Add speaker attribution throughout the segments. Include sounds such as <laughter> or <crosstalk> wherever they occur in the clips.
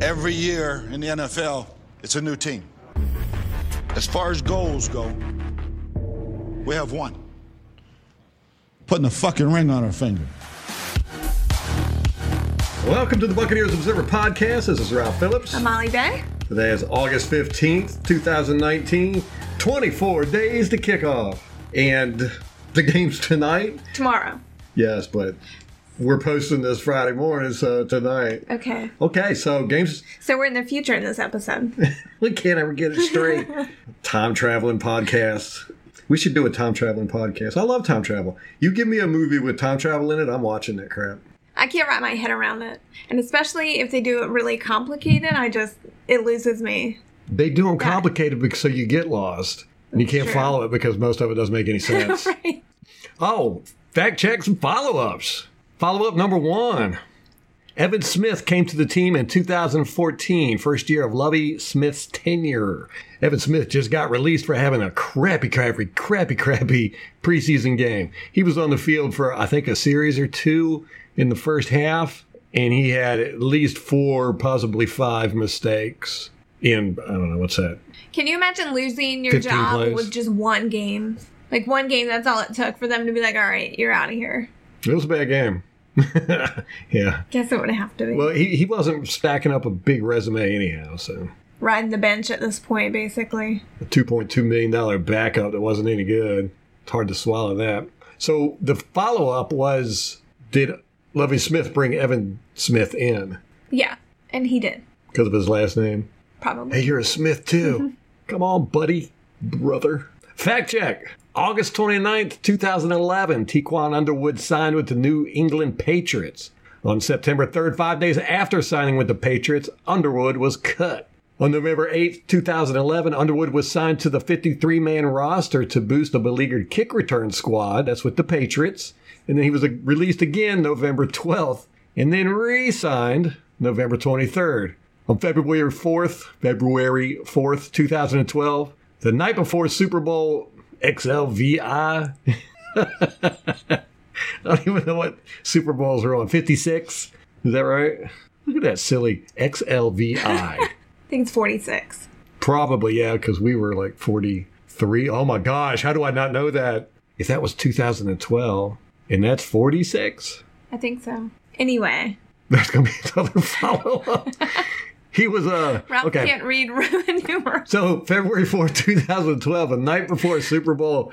Speaker 1: Every year in the NFL, it's a new team. As far as goals go, we have one. Putting a fucking ring on our finger.
Speaker 2: Welcome to the Buccaneers Observer Podcast. This is Ralph Phillips.
Speaker 3: I'm Molly Day.
Speaker 2: Today is August 15th, 2019. 24 days to kickoff. And the game's tonight.
Speaker 3: Tomorrow.
Speaker 2: Yes, but we're posting this Friday morning, so tonight.
Speaker 3: Okay.
Speaker 2: Okay, so games.
Speaker 3: So we're in the future in this episode.
Speaker 2: <laughs> We can't ever get it straight. time traveling podcast. We should do a time traveling podcast. I love time travel. You give me a movie with time travel in it, I'm watching that crap.
Speaker 3: I can't wrap my head around it. And especially if they do it really complicated, I just, it loses me. <laughs>
Speaker 2: They do them complicated because so you get lost and you can't
Speaker 3: True.
Speaker 2: follow it because most of it doesn't make any sense.
Speaker 3: Right.
Speaker 2: Oh, fact checks and follow ups. Follow up number one Evan Smith came to the team in 2014, first year of Lovey Smith's tenure. Evan Smith just got released for having a crappy, crappy, crappy, crappy preseason game. He was on the field for, I think, a series or two in the first half, and he had at least four, possibly five mistakes in, I don't know, what's that?
Speaker 3: Can you imagine losing your
Speaker 2: 15
Speaker 3: job
Speaker 2: plays.
Speaker 3: with just one game? Like one game, that's all it took for them to be like, all right, you're out of here.
Speaker 2: It was a bad game. <laughs> yeah.
Speaker 3: Guess it would have to be.
Speaker 2: Well, he, he wasn't stacking up a big resume anyhow, so
Speaker 3: Riding the bench at this point, basically.
Speaker 2: a $2.2 million backup that wasn't any good. It's hard to swallow that. So the follow up was did Lovey Smith bring Evan Smith in
Speaker 3: Yeah. And he did.
Speaker 2: because of his last name?
Speaker 3: Probably.
Speaker 2: Hey, you're a Smith too. <laughs> Come on, buddy, brother. Fact check. August 29th, 2011, Tiquan Underwood signed with the New England Patriots. On September 3rd, five days after signing with the Patriots, Underwood was cut. On November 8th, 2011, Underwood was signed to the 53 man roster to boost the beleaguered kick return squad. That's with the Patriots. And then he was uh, released again November 12th and then re signed November 23rd. On February 4th, February 4th, 2012, the night before Super Bowl XLVI. I <laughs> don't even know what Super Bowls are on. 56? Is that right? Look at that silly XLVI.
Speaker 3: I think it's 46.
Speaker 2: Probably, yeah, because we were like 43. Oh my gosh, how do I not know that? If that was 2012, and that's 46,
Speaker 3: I think so. Anyway,
Speaker 2: <laughs> there's going to be another follow up. he was uh,
Speaker 3: Ralph
Speaker 2: okay.
Speaker 3: can't read <laughs> Roman numerals.
Speaker 2: So February 4, 2012, the night before Super Bowl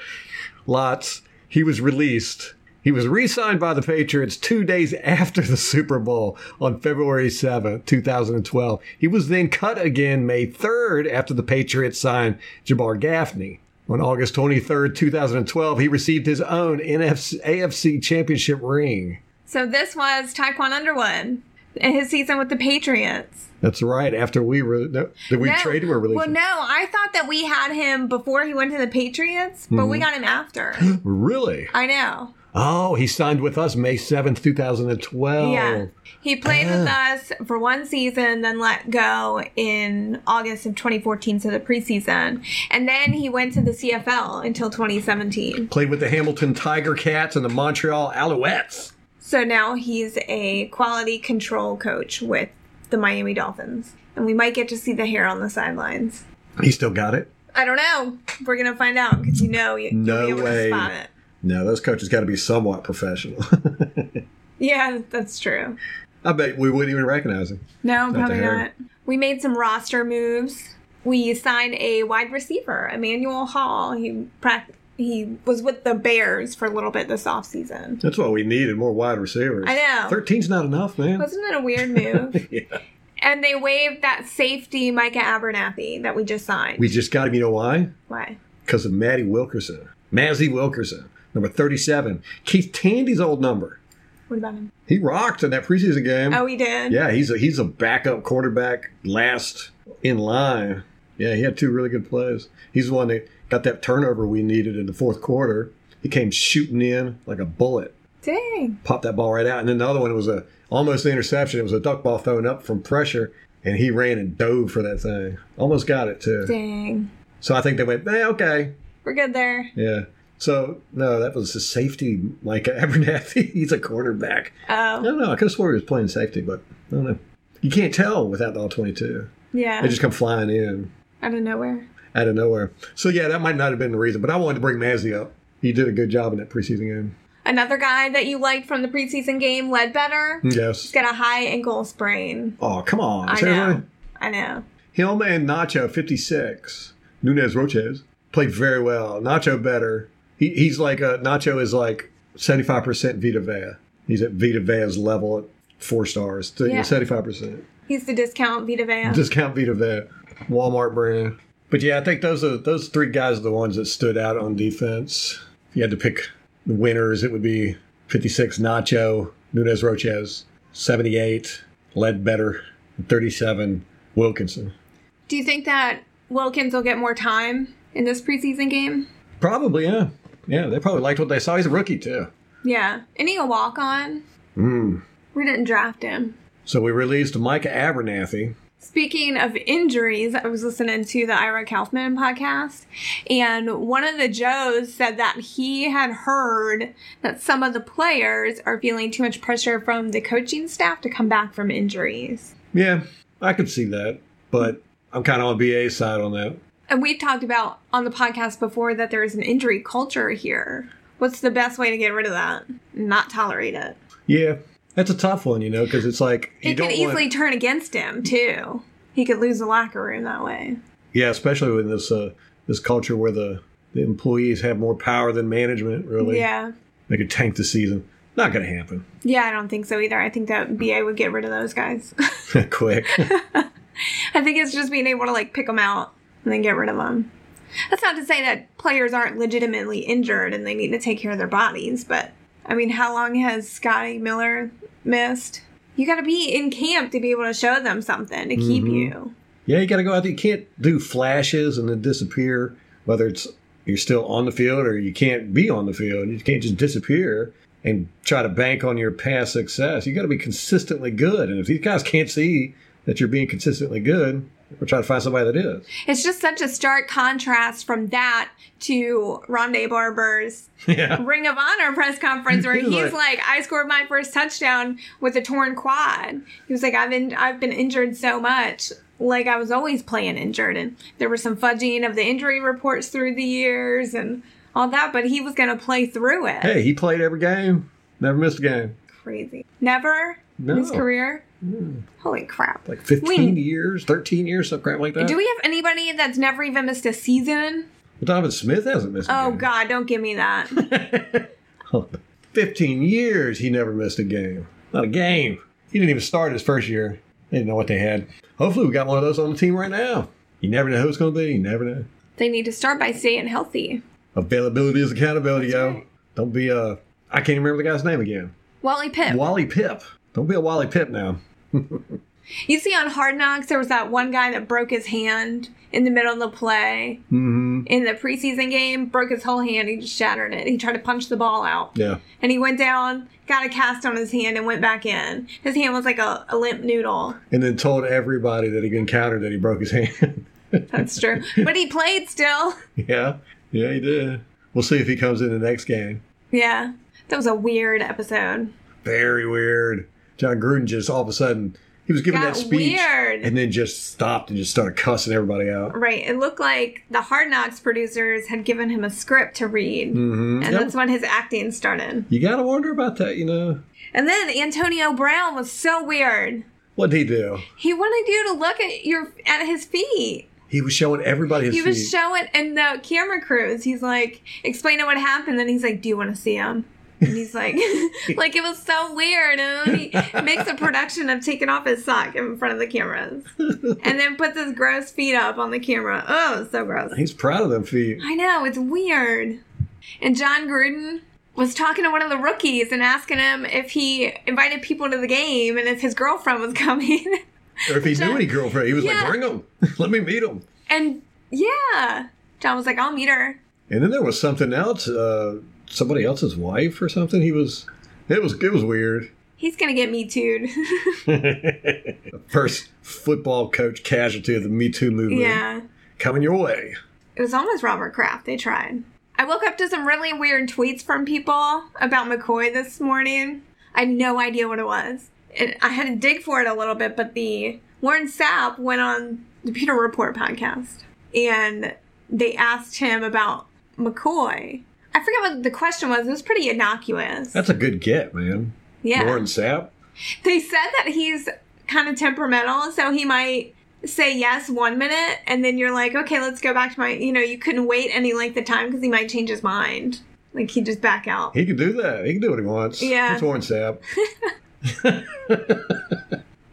Speaker 2: lots, he was released. He was re-signed by the Patriots two days after the Super Bowl on February 7, 2012. He was then cut again May 3rd after the Patriots signed Jabbar Gaffney. On August 23rd, 2012, he received his own NFC, AFC championship ring.
Speaker 3: So this was Taekwon Underwood in his season with the Patriots.
Speaker 2: That's right. After we re- no, did we
Speaker 3: No.
Speaker 2: trade him or release
Speaker 3: Well,
Speaker 2: him?
Speaker 3: no, I thought that we had him before he went to the Patriots, but we got him after.
Speaker 2: Really?
Speaker 3: I know.
Speaker 2: Oh, he signed with us May 7th, 2012.
Speaker 3: Yeah. He played with us for one season, then let go in August of 2014, so the preseason. And then he went to the CFL until 2017.
Speaker 2: Played with the Hamilton Tiger Cats and the Montreal Alouettes.
Speaker 3: So now he's a quality control coach with the Miami Dolphins. And we might get to see the hair on the sidelines.
Speaker 2: He still got it?
Speaker 3: I don't know. We're going to find out because you know you,
Speaker 2: No
Speaker 3: you'll be able
Speaker 2: way.
Speaker 3: to spot it.
Speaker 2: No, those coaches got to be somewhat professional. <laughs>
Speaker 3: Yeah, that's true.
Speaker 2: I bet we wouldn't even recognize him.
Speaker 3: No,
Speaker 2: Not
Speaker 3: probably
Speaker 2: to her.
Speaker 3: not. We made some roster moves. We signed a wide receiver, Emmanuel Hall. He prac- he was with the Bears for a little bit this offseason.
Speaker 2: That's what we needed more wide receivers.
Speaker 3: I know.
Speaker 2: 13's not enough, man.
Speaker 3: Wasn't it a
Speaker 2: <laughs>
Speaker 3: weird move?
Speaker 2: Yeah.
Speaker 3: And they waived that safety, Micah Abernathy, that we just signed.
Speaker 2: We just got him, you know why?
Speaker 3: Why?
Speaker 2: Because of Maddie Wilkerson. Mazzy Wilkerson, number 37. Keith Tandy's old number.
Speaker 3: What about him?
Speaker 2: He rocked in that preseason game.
Speaker 3: Oh, he did?
Speaker 2: Yeah, he's a he's a backup quarterback, last in line. Yeah, he had two really good plays. He's the one that got that turnover we needed in the fourth quarter. He came shooting in like a bullet,
Speaker 3: Dang.
Speaker 2: popped that ball right out, and then the other one was a almost an interception. It was a duck ball thrown up from pressure, and he ran and dove for that thing. Almost got it too.
Speaker 3: Dang.
Speaker 2: So I think they went, eh, okay,
Speaker 3: We're good there.
Speaker 2: yeah. So no, that was the safety, Mike <laughs> Abernathy. he's a quarterback. I
Speaker 3: Oh.
Speaker 2: don't know. I could have swore he was playing safety, but I don't know. You can't tell without all 22.
Speaker 3: Yeah.
Speaker 2: They just come flying in
Speaker 3: out of nowhere.
Speaker 2: out of nowhere. So, yeah, that might not have been the reason, but I wanted to bring Mazzy up. He did a good job in that preseason game.
Speaker 3: Another guy that you liked from the preseason game, Ledbetter,
Speaker 2: Yes.
Speaker 3: he's got a high ankle sprain.
Speaker 2: Oh, come on.
Speaker 3: I
Speaker 2: Seriously?
Speaker 3: know. I know.
Speaker 2: Him and Nacho, 56. Nunez Roches played very well. Nacho better. He, he's like, uh Nacho is like 75% Vita Vea. He's at Vita Vea's level at four stars, So,
Speaker 3: Yeah.
Speaker 2: 75%.
Speaker 3: He's the discount Vita <laughs> Vea.
Speaker 2: Discount Vita Vea, Walmart brand. But yeah, I think those are those three guys are the ones that stood out on defense. If you had to pick the winners, it would be 56 Nacho, Nunez Roches, 78 Ledbetter, and 37 Wilkinson.
Speaker 3: Do you think that Wilkins will get more time in this preseason game?
Speaker 2: Probably, yeah. Yeah, they probably liked what they saw. He's a rookie, too.
Speaker 3: Yeah. And he a walk on. We didn't draft him.
Speaker 2: So we released Micah Abernathy.
Speaker 3: Speaking of injuries, I was listening to the Ira Kaufman podcast, and one of the Joes said that he had heard that some of the players are feeling too much pressure from the coaching staff to come back from injuries.
Speaker 2: Yeah, I could see that, but I'm kind of on BA side on that.
Speaker 3: And we've talked about on the podcast before that there is an injury culture here. What's the best way to get rid of that? Not tolerate it.
Speaker 2: Yeah, that's a tough one, you know, because it's like you
Speaker 3: It could
Speaker 2: don't
Speaker 3: easily
Speaker 2: want.
Speaker 3: turn against him, too. He could lose the locker room that way.
Speaker 2: Yeah, especially with this uh, this culture where the, the employees have more power than management. Really,
Speaker 3: Yeah.
Speaker 2: they could tank the season. Not going to happen. <laughs>
Speaker 3: Yeah, I don't think so either. I think that BA would get rid of those guys.
Speaker 2: Quick. <laughs>
Speaker 3: I think it's just being able to like pick them out and then get rid of them. That's not to say that players aren't legitimately injured and they need to take care of their bodies, but I mean, how long has Scotty Miller missed? You got to be in camp to be able to show them something to keep you.
Speaker 2: yeah, you got to go out there. You can't do flashes and then disappear. Whether it's you're still on the field or you can't be on the field, you can't just disappear and try to bank on your past success. You got to be consistently good. And if these guys can't see that you're being consistently good, we're trying to find somebody that is. <laughs>
Speaker 3: It's just such a stark contrast from that to Rondé Barber's
Speaker 2: Yeah.
Speaker 3: Ring of Honor press conference where
Speaker 2: He's
Speaker 3: he's
Speaker 2: like-
Speaker 3: like, "I scored my first touchdown with a torn quad." He was like, "I've been I've been injured so much, like I was always playing injured, and there was some fudging of the injury reports through the years and all that, but he was going to play through it.
Speaker 2: Hey, he played every game, never missed a game.
Speaker 3: Crazy, never in his
Speaker 2: No. Hmm.
Speaker 3: career. Holy crap!
Speaker 2: Like 15
Speaker 3: We-
Speaker 2: years, 13 years, some crap like that.
Speaker 3: Do we have anybody that's never even missed a season?
Speaker 2: Donovan Smith hasn't missed a
Speaker 3: Oh
Speaker 2: game.
Speaker 3: God, don't give me that.
Speaker 2: <laughs> 15 years he never missed a game. Not a game. He didn't even start his first year. They didn't know what they had. Hopefully, we got one of those on the team right now. You never know who it's going to be. You never know.
Speaker 3: they need to start by staying healthy.
Speaker 2: Availability is accountability, yo.
Speaker 3: right.
Speaker 2: Don't be a. I can't even remember the guy's name again.
Speaker 3: Wally Pipp.
Speaker 2: Wally Pip. Don't be a Wally Pip now.
Speaker 3: You see on Hard Knocks, there was that one guy that broke his hand in the middle of the play
Speaker 2: Mm-hmm.
Speaker 3: in the preseason game, broke his whole hand. He just shattered it. He tried to punch the ball out.
Speaker 2: Yeah.
Speaker 3: And he went down, got a cast on his hand, and went back in. His hand was like a, a limp noodle. <laughs>
Speaker 2: And then told everybody that he encountered that he broke his <laughs> hand.
Speaker 3: That's true. but he played still.
Speaker 2: yeah. Yeah, he did. We'll see if he comes in the next game.
Speaker 3: Yeah. That was a weird episode.
Speaker 2: very weird. John Gruden just all of a sudden he was giving
Speaker 3: Got
Speaker 2: that speech
Speaker 3: weird.
Speaker 2: and then just stopped and just started cussing everybody out.
Speaker 3: Right. It looked like the Hard Knocks producers had given him a script to read. Mm-hmm. And that's when his acting started.
Speaker 2: You gotta wonder about that, you know.
Speaker 3: And then Antonio Brown was so weird.
Speaker 2: What'd he do?
Speaker 3: He wanted you to look at your at his feet.
Speaker 2: He was showing everybody his
Speaker 3: He was
Speaker 2: feet.
Speaker 3: showing and the camera crews. He's like explaining what happened, and he's like, "Do you want to see him?" And he's like, <laughs> "Like it was so weird." And he makes a production of taking off his sock in front of the cameras, and then puts his gross feet up on the camera. Oh, it's so gross.
Speaker 2: He's proud of them feet.
Speaker 3: I know, it's weird. And John Gruden was talking to one of the rookies and asking him if he invited people to the game and if his girlfriend was <laughs> coming.
Speaker 2: Or if he knew
Speaker 3: John-
Speaker 2: any girlfriend, he was
Speaker 3: Yeah.
Speaker 2: like, "Bring him, <laughs> let me meet him."
Speaker 3: and yeah, John was like, I'll meet her.
Speaker 2: And then there was something else, uh, somebody else's wife or something. He was, it was, it was weird.
Speaker 3: He's gonna get me too'd. <laughs>
Speaker 2: First football coach casualty of the Me Too movement
Speaker 3: yeah.
Speaker 2: coming your way.
Speaker 3: It was almost Robert Kraft. They tried. I woke up to some really weird tweets from people about McCoy this morning. I had no idea what it was. it, I had to dig for it a little bit, but the Warren Sapp went on the Peter Report podcast and they asked him about McCoy. I forget what the question was. It was pretty innocuous.
Speaker 2: That's a good get, man.
Speaker 3: yeah.
Speaker 2: Warren Sapp.
Speaker 3: They said that he's kind of temperamental, so he might say yes one minute and then you're like, okay, let's go back to my, you know, you couldn't wait any length of time because he might change his mind. Like he'd just back out.
Speaker 2: He can do that. He can do what he wants.
Speaker 3: Yeah.
Speaker 2: It's Warren Sapp.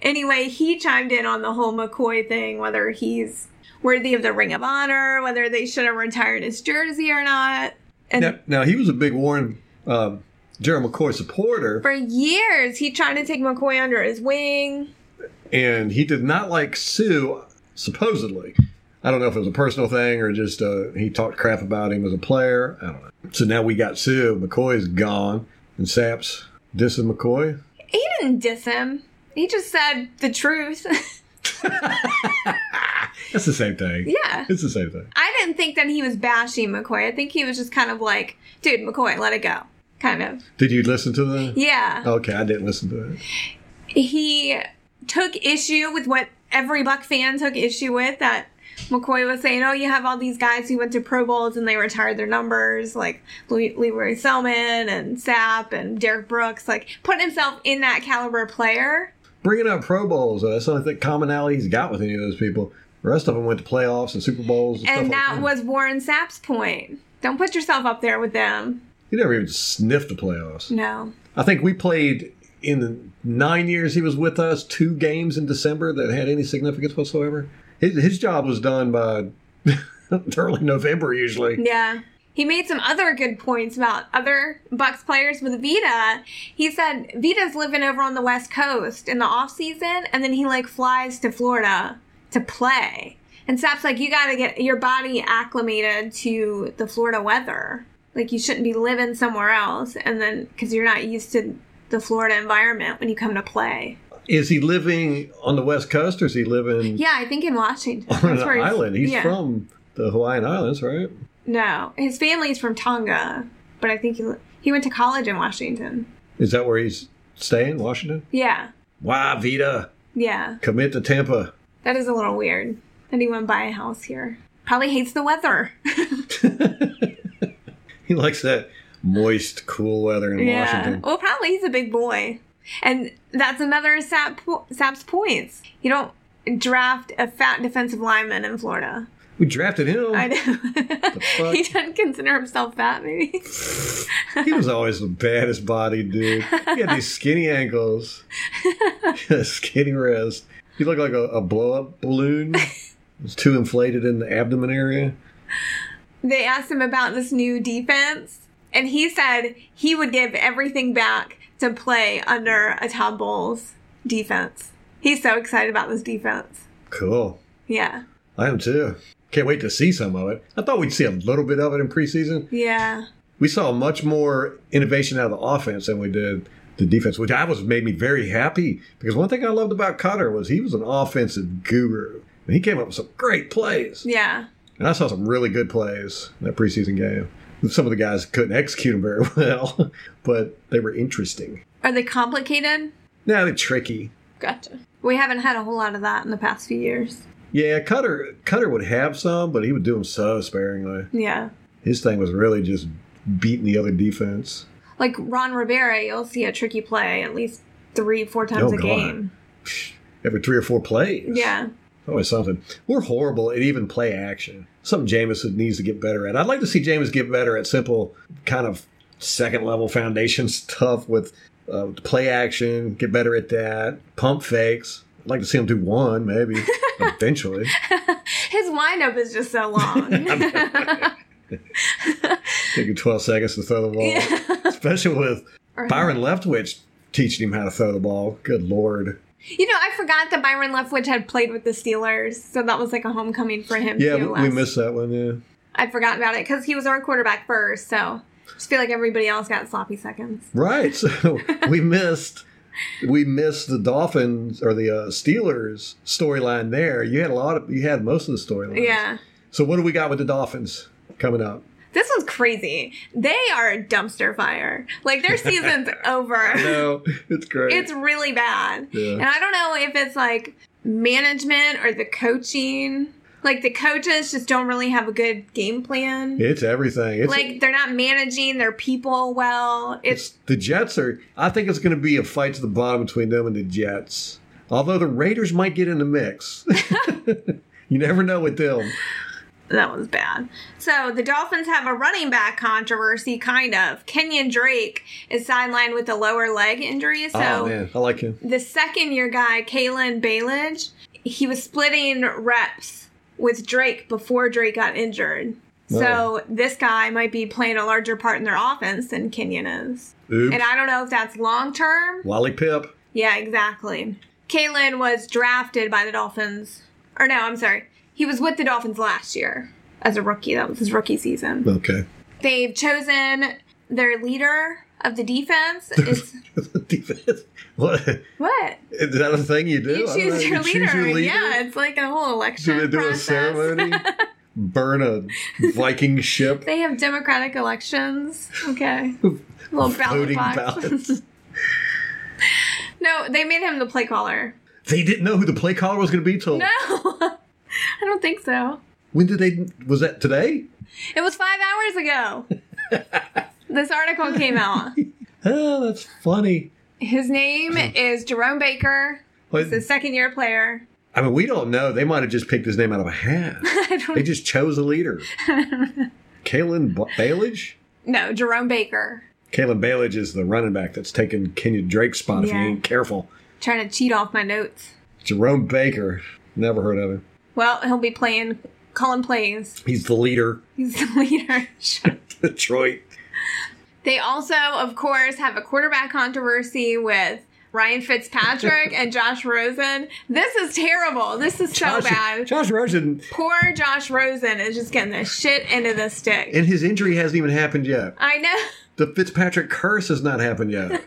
Speaker 3: anyway, he chimed in on the whole McCoy thing, whether he's worthy of the Ring of Honor, whether they should have retired his jersey or not. And <laughs>
Speaker 2: now, now, he was a big Warren, um, Gerald McCoy supporter,
Speaker 3: for years, he tried to take McCoy under his wing.
Speaker 2: and he did not like Sue, supposedly. I don't know if it was a personal thing or just uh, he talked crap about him as a player. I don't know. So now we got Sue. McCoy's gone, and Sapp's dissing McCoy.
Speaker 3: He didn't diss him. He just said the truth. <laughs>
Speaker 2: That's the same thing.
Speaker 3: yeah.
Speaker 2: It's the same thing.
Speaker 3: I didn't think that he was bashing McCoy. I think he was just kind of like, dude, McCoy, let it go. Kind of.
Speaker 2: Did you listen to the?
Speaker 3: Yeah.
Speaker 2: Okay, I didn't listen to it.
Speaker 3: he took issue with what every Buck fan took issue with that McCoy was saying, "Oh, you have all these guys who went to Pro Bowls and they retired their numbers, like Le- Leroy Selman and Sapp and Derek Brooks, like putting himself in that caliber player."
Speaker 2: Bringing up Pro Bowls, though, that's the only thing commonality he's got with any of those people. The rest of them went to playoffs and Super Bowls and,
Speaker 3: And
Speaker 2: stuff like
Speaker 3: that was Warren Sapp's point. Don't put yourself up there with them.
Speaker 2: He never even sniffed the playoffs.
Speaker 3: No.
Speaker 2: I think we played in the nine years he was with us, two games in December that had any significance whatsoever. His, his job was done by <laughs> early November, usually.
Speaker 3: Yeah. He made some other good points about other Bucks players with Vita. He said Vita's living over on the West Coast in the off season and then he like flies to Florida to play. And Sap's like, you gotta get your body acclimated to the Florida weather. Like you shouldn't be living somewhere else and then because you're not used to the Florida environment when you come to play.
Speaker 2: Is he living on the West Coast or is he living
Speaker 3: Yeah, I think in Washington.
Speaker 2: <laughs> on
Speaker 3: That's
Speaker 2: an
Speaker 3: where he's-
Speaker 2: island? He's
Speaker 3: yeah.
Speaker 2: from the Hawaiian Islands, right?
Speaker 3: No, his family's from Tonga, but I think he he went to college in Washington.
Speaker 2: Is that where he's staying, Washington?
Speaker 3: Yeah,
Speaker 2: Wow, Vita,
Speaker 3: yeah.
Speaker 2: commit to Tampa.
Speaker 3: That is a little weird. Anyone buy a house here? Probably hates the weather.
Speaker 2: He likes that moist, cool weather in Washington.
Speaker 3: Well, Oh, probably he's a big boy, and that's another Sap po- Sap's points. You don't draft a fat defensive lineman in Florida.
Speaker 2: We drafted him.
Speaker 3: I know.
Speaker 2: fuck?
Speaker 3: <laughs> he doesn't consider himself fat, maybe.
Speaker 2: He was always the baddest bodied dude. He had these skinny ankles, <laughs> skinny wrist. He looked like a, a blow up balloon. It was too inflated in the abdomen area.
Speaker 3: they asked him about this new defense, and he said he would give everything back to play under a Tom Bowles defense. He's so excited about this defense.
Speaker 2: Cool.
Speaker 3: Yeah.
Speaker 2: I am too. Can't wait to see some of it. I thought we'd see a little bit of it in preseason.
Speaker 3: Yeah.
Speaker 2: We saw much more innovation out of the offense than we did the defense, which I was made me very happy because one thing I loved about Cutter was he was an offensive guru. And he came up with some great plays.
Speaker 3: Yeah.
Speaker 2: And I saw some really good plays in that preseason game. Some of the guys couldn't execute them very <laughs> well, but they were interesting.
Speaker 3: Are they complicated?
Speaker 2: Now they're tricky.
Speaker 3: Gotcha. We haven't had a whole lot of that in the past few years.
Speaker 2: Yeah, Cutter Cutter would have some, but he would do them so sparingly.
Speaker 3: Yeah.
Speaker 2: His thing was really just beating the other defense.
Speaker 3: Like Ron Rivera, you'll see a tricky play at least three, four times
Speaker 2: Oh,
Speaker 3: a
Speaker 2: God.
Speaker 3: game.
Speaker 2: Every three or four plays.
Speaker 3: Yeah.
Speaker 2: Always something. We're horrible at even play action. Something Jameis needs to get better at. I'd like to see Jameis get better at simple, kind of second level foundation <laughs> stuff with uh, play action, get better at that, pump fakes. I'd like to see him do one, maybe, eventually.
Speaker 3: His lineup is just
Speaker 2: <laughs>
Speaker 3: so <laughs> long.
Speaker 2: Take you 12 seconds to throw the ball. Especially with Byron Leftwich teaching him how to throw the ball. Good Lord.
Speaker 3: you know, I forgot that Byron Leftwich had played with the Steelers, so that was like a homecoming for him.
Speaker 2: Yeah, we,
Speaker 3: too,
Speaker 2: we
Speaker 3: last-
Speaker 2: missed that one, yeah.
Speaker 3: I'd forgotten about it because he was our quarterback first, so just feel like everybody else got sloppy seconds.
Speaker 2: Right.
Speaker 3: <laughs>
Speaker 2: So we missed we missed the Dolphins or the uh, Steelers storyline there. You had a lot of you had most of the storyline.
Speaker 3: Yeah.
Speaker 2: So what do we got with the Dolphins coming up?
Speaker 3: This one's crazy. They are a dumpster fire.
Speaker 2: <laughs>
Speaker 3: Like their season's over.
Speaker 2: No, it's great.
Speaker 3: It's really bad.
Speaker 2: Yeah.
Speaker 3: And I don't know if it's like management or the coaching. Like the coaches just don't really have a good game plan.
Speaker 2: It's everything. It's,
Speaker 3: Like they're not managing their people well. It's,
Speaker 2: it's the Jets are. I think it's going to be a fight to the bottom between them and the Jets. Although the Raiders might get in the
Speaker 3: <laughs>
Speaker 2: mix. you never know with them.
Speaker 3: that was bad. So the Dolphins have a running back controversy, kind of. Kenyon Drake is sidelined with a lower leg injury, so
Speaker 2: oh man, I like him.
Speaker 3: the second year guy, Kalen Bailage, he was splitting reps with Drake before Drake got injured. So this guy might be playing a larger part in their offense than Kenyon is.
Speaker 2: Oops.
Speaker 3: And I don't know if that's long term.
Speaker 2: Wally Pip.
Speaker 3: Yeah, exactly. Kalen was drafted by the Dolphins. Or no, I'm sorry. He was with the Dolphins last year as a rookie. That was his rookie season.
Speaker 2: Okay. <laughs>
Speaker 3: They've chosen their leader of the defense. Is
Speaker 2: Defense. What is
Speaker 3: what?
Speaker 2: that a thing you do?
Speaker 3: You
Speaker 2: I don't know.
Speaker 3: choose your,
Speaker 2: You
Speaker 3: leader.
Speaker 2: choose your leader?
Speaker 3: Yeah, it's like a whole election.
Speaker 2: Do they do
Speaker 3: process.
Speaker 2: a
Speaker 3: <laughs>
Speaker 2: ceremony? Burn a Viking ship?
Speaker 3: They have democratic elections.
Speaker 2: <laughs>
Speaker 3: Okay. Little ballot
Speaker 2: Voting
Speaker 3: box.
Speaker 2: ballots.
Speaker 3: <laughs> no, they made him the play caller.
Speaker 2: They didn't know who the play caller was going to be till.
Speaker 3: No. <laughs> I don't think so.
Speaker 2: When did they? Was that today?
Speaker 3: It was five hours ago.
Speaker 2: <laughs>
Speaker 3: this article came out.
Speaker 2: Oh, that's funny.
Speaker 3: His name is Jerome Baker. He's a second year player. <laughs>
Speaker 2: I mean, we don't know. They might have just picked his name out of a hat.
Speaker 3: I don't
Speaker 2: they just chose a
Speaker 3: <laughs>
Speaker 2: leader. Kalen B- Bailage?
Speaker 3: No, Jerome Baker.
Speaker 2: Kalen Bailage is the running back that's taking Kenya Drake's spot if you
Speaker 3: Yeah.
Speaker 2: ain't careful.
Speaker 3: Trying to cheat off my notes.
Speaker 2: Jerome Baker. Never heard of him.
Speaker 3: Well, he'll be playing Colin plays.
Speaker 2: He's the leader. <laughs>
Speaker 3: He's the leader.
Speaker 2: Detroit.
Speaker 3: They also, of course, have a quarterback controversy with Ryan Fitzpatrick and Josh Rosen. This is terrible. This is so bad.
Speaker 2: Josh Rosen
Speaker 3: Poor Josh Rosen is just getting the shit into the stick.
Speaker 2: and his injury hasn't even happened yet.
Speaker 3: I know.
Speaker 2: The Fitzpatrick curse has not happened
Speaker 3: <laughs>
Speaker 2: yet.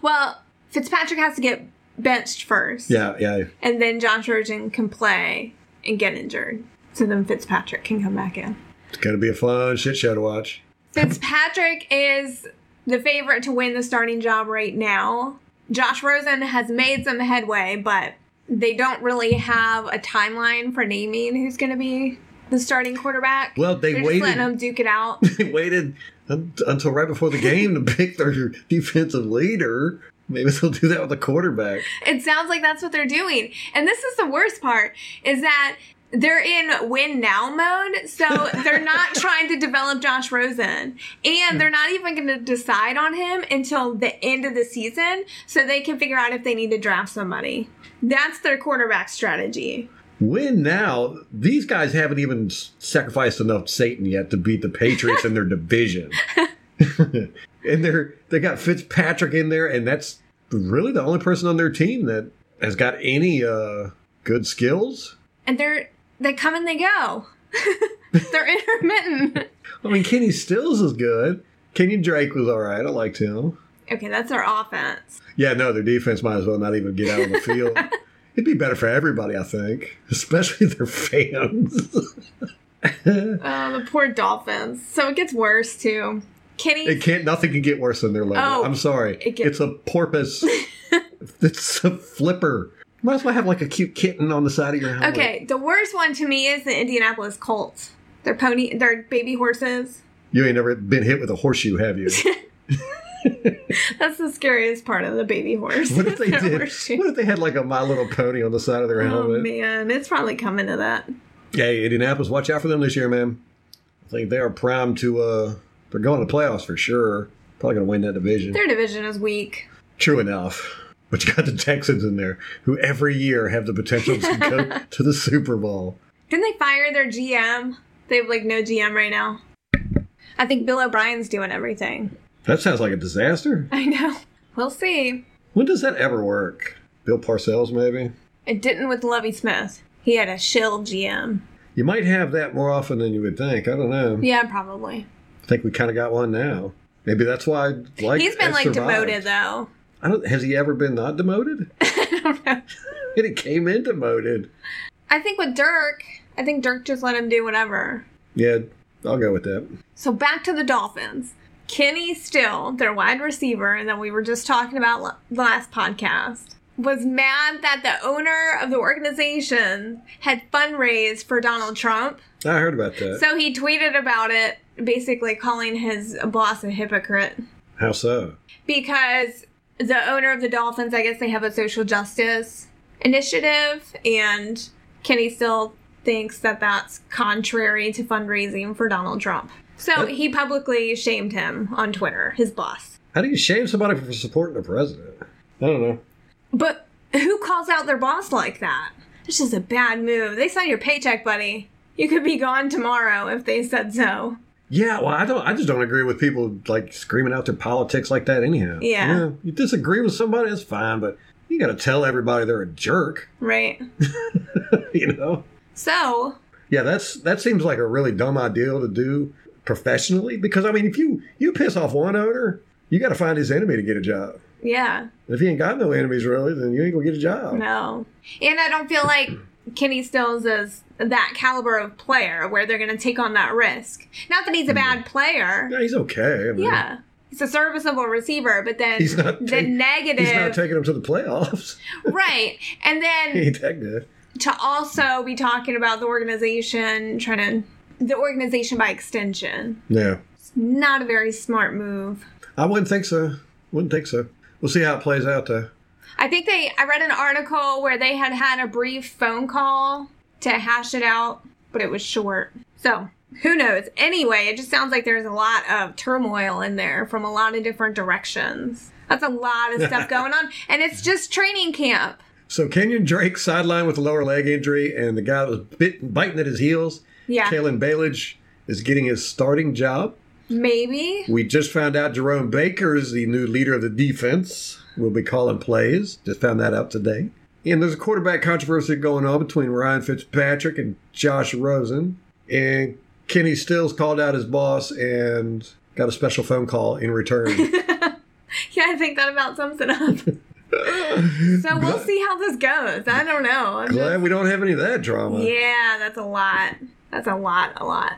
Speaker 3: Well, Fitzpatrick has to get benched first.
Speaker 2: yeah, yeah.
Speaker 3: And then Josh Rosen can play and get injured. So then Fitzpatrick can come back in.
Speaker 2: It's gonna be a fun shit show to watch.
Speaker 3: Fitzpatrick is the favorite to win the starting job right now. Josh Rosen has made some headway, but they don't really have a timeline for naming who's going to be the starting quarterback.
Speaker 2: Well, they
Speaker 3: They're
Speaker 2: waited.
Speaker 3: just letting them duke it
Speaker 2: <laughs>
Speaker 3: out.
Speaker 2: they waited un- until right before the game to pick their defensive leader. Maybe they'll do that with the quarterback.
Speaker 3: it sounds like that's what they're doing. And this is the worst part is that they're in win now mode, so they're not trying to develop Josh Rosen. And they're not even going to decide on him until the end of the season so they can figure out if they need to draft somebody. That's their quarterback strategy.
Speaker 2: When now, these guys haven't even s- sacrificed enough Satan yet to beat the Patriots
Speaker 3: <laughs>
Speaker 2: in their division. <laughs> and they're they got Fitzpatrick in there, and that's really the only person on their team that has got any uh, good skills.
Speaker 3: And they're they come and they go. <laughs> they're intermittent.
Speaker 2: I mean, Kenny Stills is good. Kenyon Drake was all right. I liked him.
Speaker 3: Okay, that's their offense.
Speaker 2: Yeah, no, their defense might as well not even get out on the
Speaker 3: <laughs>
Speaker 2: field. It'd be better for everybody, I think, especially <laughs> their fans.
Speaker 3: Oh, the poor Dolphins. So it gets worse too. Kenny
Speaker 2: It can't. Nothing can get worse than their logo.
Speaker 3: Oh,
Speaker 2: I'm sorry.
Speaker 3: it get-
Speaker 2: it's a
Speaker 3: <laughs>
Speaker 2: porpoise. it's a flipper. Might as well have like a cute kitten on the side of your helmet.
Speaker 3: Okay, the worst one to me is the Indianapolis Colts. Their pony, their baby horses.
Speaker 2: You ain't never been hit with a horseshoe, have
Speaker 3: <laughs>
Speaker 2: you?
Speaker 3: That's the scariest part of the baby horse.
Speaker 2: What
Speaker 3: <laughs>
Speaker 2: if they
Speaker 3: Their
Speaker 2: did?
Speaker 3: horseshoe.
Speaker 2: What if they had like a My Little Pony on the side of their
Speaker 3: Oh
Speaker 2: helmet?
Speaker 3: man, it's probably coming to that.
Speaker 2: Hey, Indianapolis, watch out for them this year, man. I think they are primed to. uh They're going to playoffs for sure. Probably going to win that division.
Speaker 3: Their division is weak.
Speaker 2: True enough. But you got the Texans in there, who every year have the potential
Speaker 3: <laughs>
Speaker 2: to go to the Super Bowl.
Speaker 3: Didn't they fire their GM? They have like no GM right now. I think Bill O'Brien's doing everything. <laughs>
Speaker 2: That sounds like a disaster.
Speaker 3: I know. We'll see.
Speaker 2: When does that ever work? Bill Parcells, maybe?
Speaker 3: It didn't with Lovey Smith. He had a shill GM.
Speaker 2: You might have that more often than you would think. I don't know.
Speaker 3: Yeah, probably.
Speaker 2: I think we kind of got one now. Maybe that's why. Like,
Speaker 3: He's been
Speaker 2: has
Speaker 3: like
Speaker 2: survived.
Speaker 3: demoted though. <laughs>
Speaker 2: I don't. Has he ever been not demoted? <laughs> I don't know. it came in demoted.
Speaker 3: I think with Dirk, I think Dirk just let him do whatever.
Speaker 2: Yeah, I'll go with that.
Speaker 3: So back to the Dolphins. Kenny Still, their wide receiver that we were just talking about l- the last podcast, was mad that the owner of the organization had fundraised for Donald Trump.
Speaker 2: I heard about that.
Speaker 3: So he tweeted about it, basically calling his boss a hypocrite
Speaker 2: How so?
Speaker 3: because the owner of the Dolphins, I guess they have a social justice initiative, and Kenny still thinks that that's contrary to fundraising for Donald Trump. So he publicly shamed him on Twitter, his boss.
Speaker 2: How do you shame somebody for supporting a president? I don't know.
Speaker 3: But who calls out their boss like that? It's just a bad move. They saw your paycheck, buddy. You could be gone tomorrow if they said so.
Speaker 2: Yeah, well, I don't. I just don't agree with people like screaming out their politics like that. Anyhow,
Speaker 3: Yeah.
Speaker 2: you, know, you disagree with somebody, that's fine, but you got to tell everybody they're a jerk. <laughs>
Speaker 3: Right.
Speaker 2: You know?
Speaker 3: So,
Speaker 2: Yeah, that's that seems like a really dumb idea to do professionally because I mean, if you you piss off one owner, you got to find his enemy to get a job.
Speaker 3: yeah,
Speaker 2: And if he ain't got no enemies really, then you ain't gonna get a job.
Speaker 3: No. And I don't feel like Kenny Stills is that caliber of player where they're going to take on that risk. Not that he's a bad player.
Speaker 2: Yeah, he's okay. I mean,
Speaker 3: Yeah. He's a serviceable receiver, but then
Speaker 2: He's not
Speaker 3: the
Speaker 2: take-
Speaker 3: negative.
Speaker 2: he's not taking him to the playoffs. <laughs>
Speaker 3: right. And
Speaker 2: he
Speaker 3: then
Speaker 2: ain't that good.
Speaker 3: to also be talking about the organization, trying to. The organization by extension.
Speaker 2: Yeah,
Speaker 3: It's not a very smart move.
Speaker 2: I wouldn't think so. Wouldn't think so. We'll see how it plays out though.
Speaker 3: I think they. I read an article where they had had a brief phone call to hash it out, but it was short. So who knows? Anyway, it just sounds like there's a lot of turmoil in there from a lot of different directions. That's a lot of
Speaker 2: <laughs>
Speaker 3: stuff going on, and it's just training camp.
Speaker 2: So Kenyon Drake sidelined with a lower leg injury, and the guy that was bit, biting at his heels,
Speaker 3: Yeah,
Speaker 2: Kalen Balage, is getting his starting job.
Speaker 3: maybe. <laughs>
Speaker 2: We just found out Jerome Baker is the new leader of the defense. We'll be calling plays. Just found that out today. And there's a quarterback controversy going on between Ryan Fitzpatrick and Josh Rosen. And Kenny Stills called out his boss and got a special phone call in return.
Speaker 3: Yeah, I think that about sums
Speaker 2: <laughs>
Speaker 3: it up. so we'll see how this goes. I don't know. I'm just-
Speaker 2: Glad we don't have any of that drama.
Speaker 3: yeah, that's a lot. That's a lot. A lot.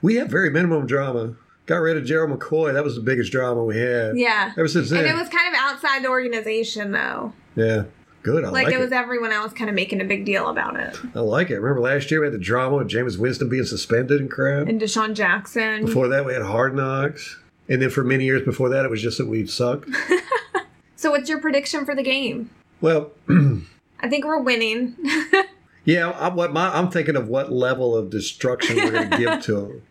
Speaker 2: We have very minimum drama. Got rid of Gerald McCoy. That was the biggest drama we had.
Speaker 3: Yeah.
Speaker 2: Ever since then.
Speaker 3: And it was kind of outside the organization, though.
Speaker 2: yeah. Good. I
Speaker 3: Like,
Speaker 2: like,
Speaker 3: it
Speaker 2: it.
Speaker 3: was everyone else kind of making a big deal about it.
Speaker 2: I like it. Remember last year we had the drama with James Winston being suspended and crap?
Speaker 3: And Deshaun Jackson.
Speaker 2: Before that, we had Hard Knocks. And then for many years before that, it was just that we
Speaker 3: <laughs>
Speaker 2: sucked.
Speaker 3: so, what's your prediction for the game?
Speaker 2: Well, <clears throat>
Speaker 3: I think we're winning. <laughs>
Speaker 2: yeah, I, what my, I'm thinking of what level of destruction we're going to give
Speaker 3: <laughs>
Speaker 2: to them.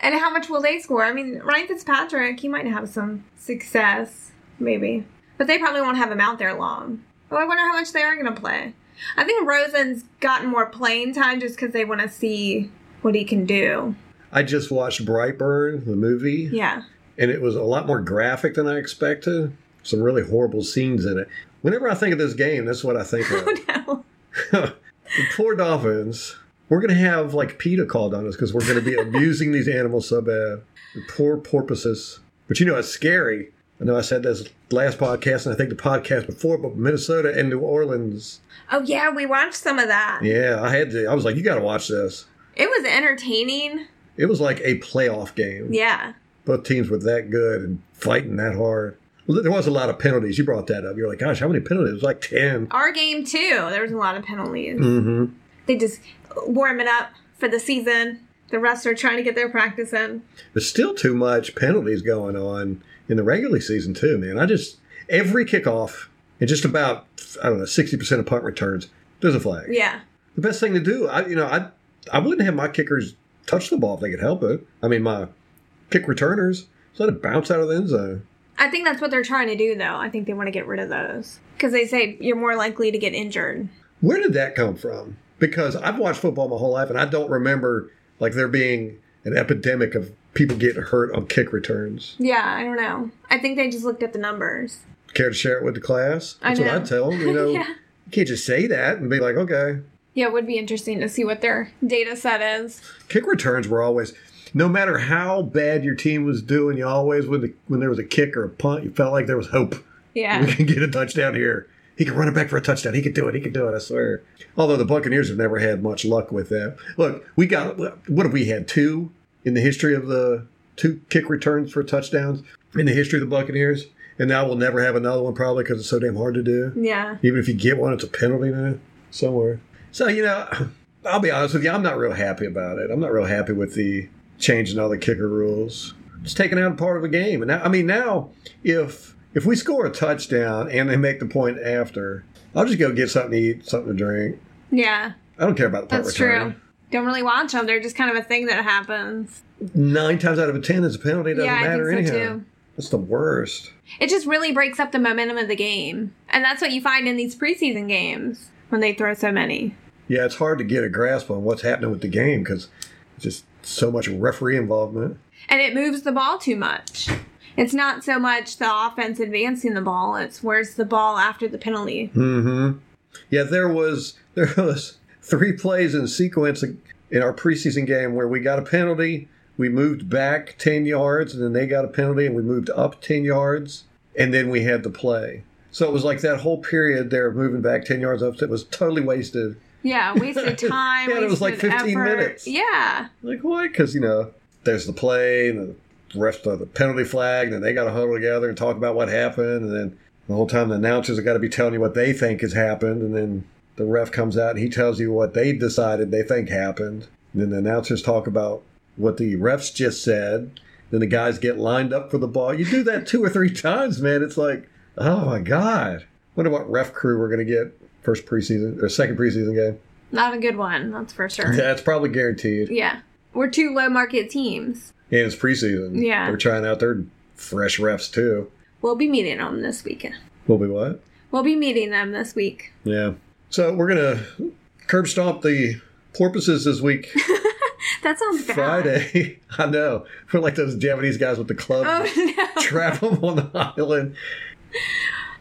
Speaker 3: and how much will they score? I mean, Ryan Fitzpatrick, he might have some success, maybe. But they probably won't have him out there long. Oh, I wonder how much they are going to play. I think Rosen's gotten more playing time just because they want to see what he can do.
Speaker 2: I just watched Brightburn, the movie,
Speaker 3: Yeah. <laughs>
Speaker 2: and it was a lot more graphic than I expected. Some really horrible scenes in it. Whenever I think of this game, that's what I think of.
Speaker 3: No.
Speaker 2: the poor dolphins. We're going to have like PETA called on us because we're going to be abusing these animals so bad. The poor porpoises. But you know, it's scary. I know I said this last podcast and I think the podcast before, but Minnesota and New Orleans.
Speaker 3: Oh, yeah, we watched some of that.
Speaker 2: Yeah, I had to. I was like, you got to watch this.
Speaker 3: It was entertaining.
Speaker 2: It was like a playoff game.
Speaker 3: Yeah.
Speaker 2: Both teams were that good and fighting that hard. Well, There was a lot of penalties. You brought that up. You're like, gosh, how many penalties? It was like 10.
Speaker 3: Our game, too, there was a lot of penalties.
Speaker 2: Mm-hmm.
Speaker 3: They just warm it up for the season. The rest are trying to get their practice in.
Speaker 2: There's still too much penalties going on in the regular season too, man. I just every kickoff and just about I don't know sixty percent of punt returns there's a flag.
Speaker 3: Yeah.
Speaker 2: The best thing to do, I you know I I wouldn't have my kickers touch the ball if they could help it. I mean my kick returners so let it bounce out of the end zone.
Speaker 3: I think that's what they're trying to do, though. I think they want to get rid of those because they say you're more likely to get injured.
Speaker 2: Where did that come from? Because I've watched football my whole life and I don't remember like there being an epidemic of people getting hurt on kick returns.
Speaker 3: Yeah, I don't know. I think they just looked at the numbers.
Speaker 2: Care to share it with the class?
Speaker 3: I
Speaker 2: That's what
Speaker 3: know.
Speaker 2: I tell
Speaker 3: <laughs>
Speaker 2: them. You know.
Speaker 3: Yeah.
Speaker 2: You can't just say that and be like, okay.
Speaker 3: Yeah, it would be interesting to see what their data set is.
Speaker 2: Kick returns were always, no matter how bad your team was doing, you always when the, when there was a kick or a punt, you felt like there was hope. We <laughs>
Speaker 3: Yeah.
Speaker 2: can get a touchdown here. He can run it back for a touchdown. He can do it. He can do it. I swear. Although the Buccaneers have never had much luck with that. Look, we got what have we had two in the history of the two kick returns for touchdowns in the history of the Buccaneers. And now we'll never have another one probably because it's so damn hard to do.
Speaker 3: Yeah.
Speaker 2: Even if you get one, it's a penalty now somewhere. So, you know, I'll be honest with you. I'm not real happy about it. I'm not real happy with the changing all the kicker rules. It's taking out a part of the game. And now, I mean, now if if we score a touchdown and they make the point after, I'll just go get something to eat, something to drink.
Speaker 3: Yeah.
Speaker 2: I don't care about the punt
Speaker 3: That's
Speaker 2: return.
Speaker 3: true. Don't really watch them. They're just kind of a thing that happens.
Speaker 2: Nine times out of ten, it's a penalty. It doesn't
Speaker 3: Yeah, I think
Speaker 2: matter
Speaker 3: so,
Speaker 2: anyhow.
Speaker 3: too.
Speaker 2: That's the worst.
Speaker 3: It just really breaks up the momentum of the game. And that's what you find in these preseason games when they throw so many.
Speaker 2: Yeah, it's hard to get a grasp on what's happening with the game because just so much referee involvement.
Speaker 3: And it moves the ball too much. It's not so much the offense advancing the ball, it's where's the ball after the penalty.
Speaker 2: Mm-hmm. Yeah, there was there was three plays in sequence in our preseason game where we got a penalty, we moved back ten yards, and then they got a penalty, and we moved up ten yards, and then we had the play. So it was like that whole period there of moving back ten yards up that was totally wasted.
Speaker 3: Yeah,
Speaker 2: <laughs>
Speaker 3: wasted time.
Speaker 2: Yeah, it was like
Speaker 3: wasted
Speaker 2: 15
Speaker 3: effort.
Speaker 2: minutes.
Speaker 3: Yeah.
Speaker 2: Like why? Because you know, there's the play and the rest of the penalty flag, and then they got to huddle together and talk about what happened, and then the whole time the announcers have got to be telling you what they think has happened, and then the ref comes out and he tells you what they decided they think happened. And then the announcers talk about what the refs just said. Then the guys get lined up for the ball. You do that two or three times, man. It's like, oh my god. Wonder what ref crew we're gonna get first preseason or second preseason game.
Speaker 3: Not a good one, that's for sure. Yeah.
Speaker 2: That's probably guaranteed.
Speaker 3: We're two low market teams.
Speaker 2: And it's preseason.
Speaker 3: Yeah.
Speaker 2: They're trying out their fresh refs too.
Speaker 3: We'll be meeting them this weekend.
Speaker 2: Will be what?
Speaker 3: We'll be meeting them this week.
Speaker 2: Yeah. So we're gonna curb stomp the porpoises this week
Speaker 3: That sounds <laughs> bad.
Speaker 2: Friday. <laughs> I know. We're like those Japanese guys with the club
Speaker 3: <laughs> Oh,
Speaker 2: <laughs>
Speaker 3: no.
Speaker 2: trap them on the island.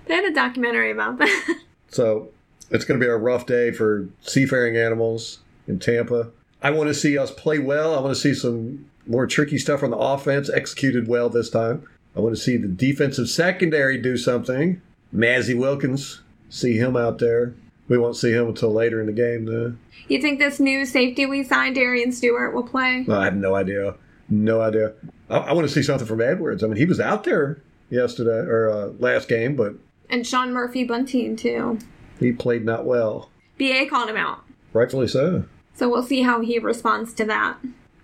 Speaker 3: They had a documentary about that. <laughs>
Speaker 2: So it's gonna be a rough day for seafaring animals in Tampa. I want to see us play well. I want to see some more tricky stuff on the offense executed well this time. I want to see the defensive secondary do something. Mazzy Wilkins, see him out there. We won't see him until later in the game, though.
Speaker 3: You think this new safety we signed, Darian Stewart, will play?
Speaker 2: I have no idea. No idea. I, I want to see something from Edwards. I mean, he was out there yesterday or uh, last game, but
Speaker 3: And Sean Murphy Bunting, too.
Speaker 2: he played not well.
Speaker 3: BA called him out.
Speaker 2: Rightfully so.
Speaker 3: So we'll see how he responds to that.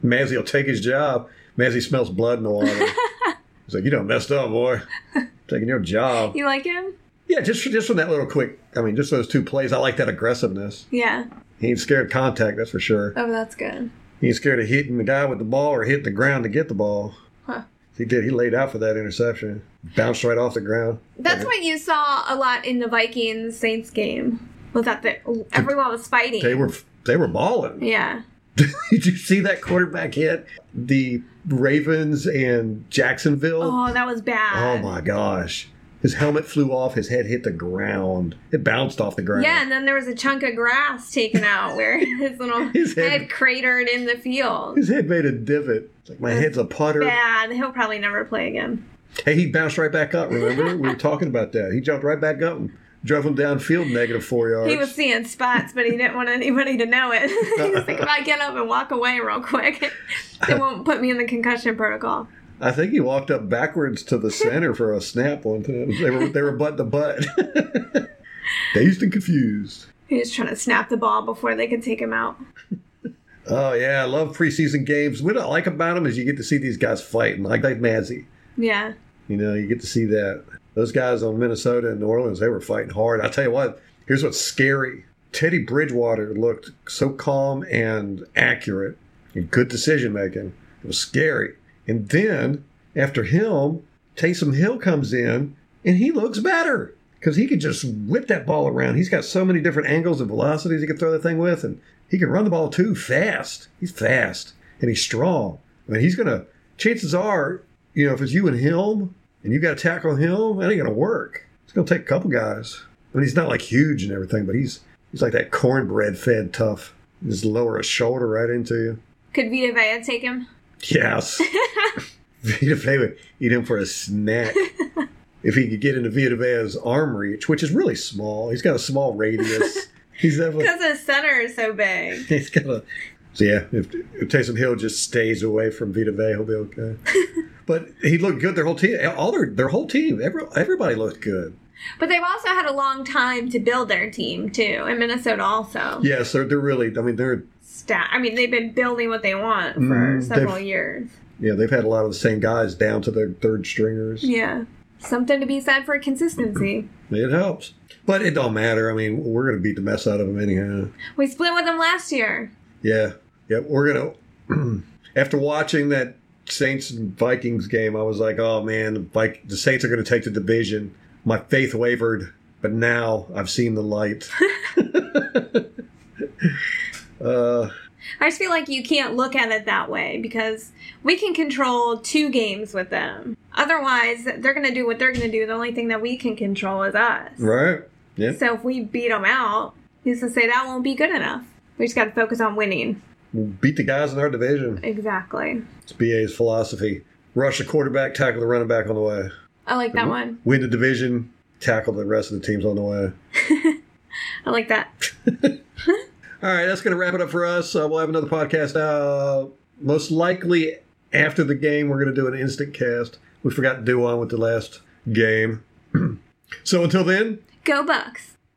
Speaker 2: Mazzy will take his job. Mazzy smells blood in the
Speaker 3: <laughs>
Speaker 2: water. He's like, you done messed up, boy. Taking your job.
Speaker 3: <laughs> You like him?
Speaker 2: Yeah, just just from that little quick. I mean, just those two plays. I like that aggressiveness.
Speaker 3: Yeah.
Speaker 2: He ain't scared of contact, that's for sure.
Speaker 3: Oh, that's good.
Speaker 2: He ain't scared of hitting the guy with the ball or hitting the ground to get the ball.
Speaker 3: Huh.
Speaker 2: He did. He laid out for that interception. Bounced right off the ground.
Speaker 3: That's what you saw a lot in the Vikings Saints game. Was that the, everyone was fighting?
Speaker 2: They were they were balling. <laughs>
Speaker 3: yeah.
Speaker 2: did you see that quarterback hit the Ravens and Jacksonville?
Speaker 3: Oh, that was
Speaker 2: Oh
Speaker 3: bad.
Speaker 2: my gosh. His helmet flew off, his head hit the ground. It bounced off the ground.
Speaker 3: Yeah, and then there was a chunk of grass taken out where <laughs> his little
Speaker 2: <laughs> His head-
Speaker 3: head. cratered in the
Speaker 2: <laughs>
Speaker 3: field.
Speaker 2: His head made a divot. It's like my head's a putter.
Speaker 3: Bad. He'll probably never play again.
Speaker 2: Hey, he bounced right back up,
Speaker 3: <laughs>
Speaker 2: remember? we were talking about that. He jumped right back up and drove him downfield negative four yards.
Speaker 3: He was seeing spots, but he didn't want anybody to know it. <laughs> he was like, if I get up and walk away real quick, <laughs> they won't put me in the concussion protocol.
Speaker 2: I think he walked up backwards to the center for a snap one time. They were they were butt to butt. <laughs> Dazed and confused.
Speaker 3: He was trying to snap the ball before they could take him out.
Speaker 2: Oh yeah, I love preseason games. What I like about them is you get to see these guys fighting, like like Mazzy.
Speaker 3: Yeah.
Speaker 2: You know, you get to see that. Those guys on Minnesota and New Orleans, they were fighting hard. I tell you what, here's what's scary. Teddy Bridgewater looked so calm and accurate and good decision making. It was scary. And then after him, Taysom Hill comes in and he looks better because he could just whip that ball around. He's got so many different angles and velocities he can throw that thing with, and he can run the ball too fast. He's fast and he's strong. I mean, he's gonna. Chances are, you know, if it's you and him, and you got to tackle him, that ain't gonna work. It's gonna take a couple guys. I mean, he's not like huge and everything, but he's he's like that cornbread fed tough. Just lower a shoulder right into you.
Speaker 3: Could Vita Vea take him?
Speaker 2: Yes. <laughs> Vita Vea would eat him for a snack. if he could get into Vita Vea's arm reach, which is really small. He's got a small radius. He's definitely
Speaker 3: Because his center is so big.
Speaker 2: <laughs> he's got a So yeah, if, if Taysom Hill just stays away from Vita Vey, he'll be okay. but he looked good. Their whole team, all their their whole team, every, everybody looked good.
Speaker 3: But they've also had a long time to build their team too in Minnesota. Also,
Speaker 2: Yes, they're they're really. I mean, they're
Speaker 3: Sta I mean, they've been building what they want for
Speaker 2: Mm,
Speaker 3: several
Speaker 2: they've-
Speaker 3: years.
Speaker 2: yeah, they've had a lot of the same guys down to their third stringers.
Speaker 3: Yeah, something to be said for consistency.
Speaker 2: It helps, but it don't matter. I mean, we're gonna beat the mess out of them anyhow.
Speaker 3: We split with them last year.
Speaker 2: Yeah, yeah, we're gonna. <clears throat> after watching that Saints and Vikings game, I was like, oh man, the, Vik- the Saints are gonna take the division. My faith wavered, but now I've seen the light. <laughs> uh,
Speaker 3: I just feel like you can't look at it that way because we can control two games with them. Otherwise, they're going to do what they're going to do. The only thing that we can control is us.
Speaker 2: right? Yeah,
Speaker 3: So if we beat them out, who's to say that won't be good enough? We just got to focus on winning.
Speaker 2: we'll beat the guys in our division.
Speaker 3: Exactly.
Speaker 2: It's BA's philosophy: rush the quarterback, tackle the running back on the way,
Speaker 3: I like that one.
Speaker 2: win the division, tackle the rest of the teams on the way.
Speaker 3: I like that.
Speaker 2: All right, that's going to wrap it up for us. Uh, we'll have another podcast. Uh, most likely after the game, we're going to do an instant cast. We forgot to do one with the last game. <clears throat> so until then,
Speaker 3: Go Bucks.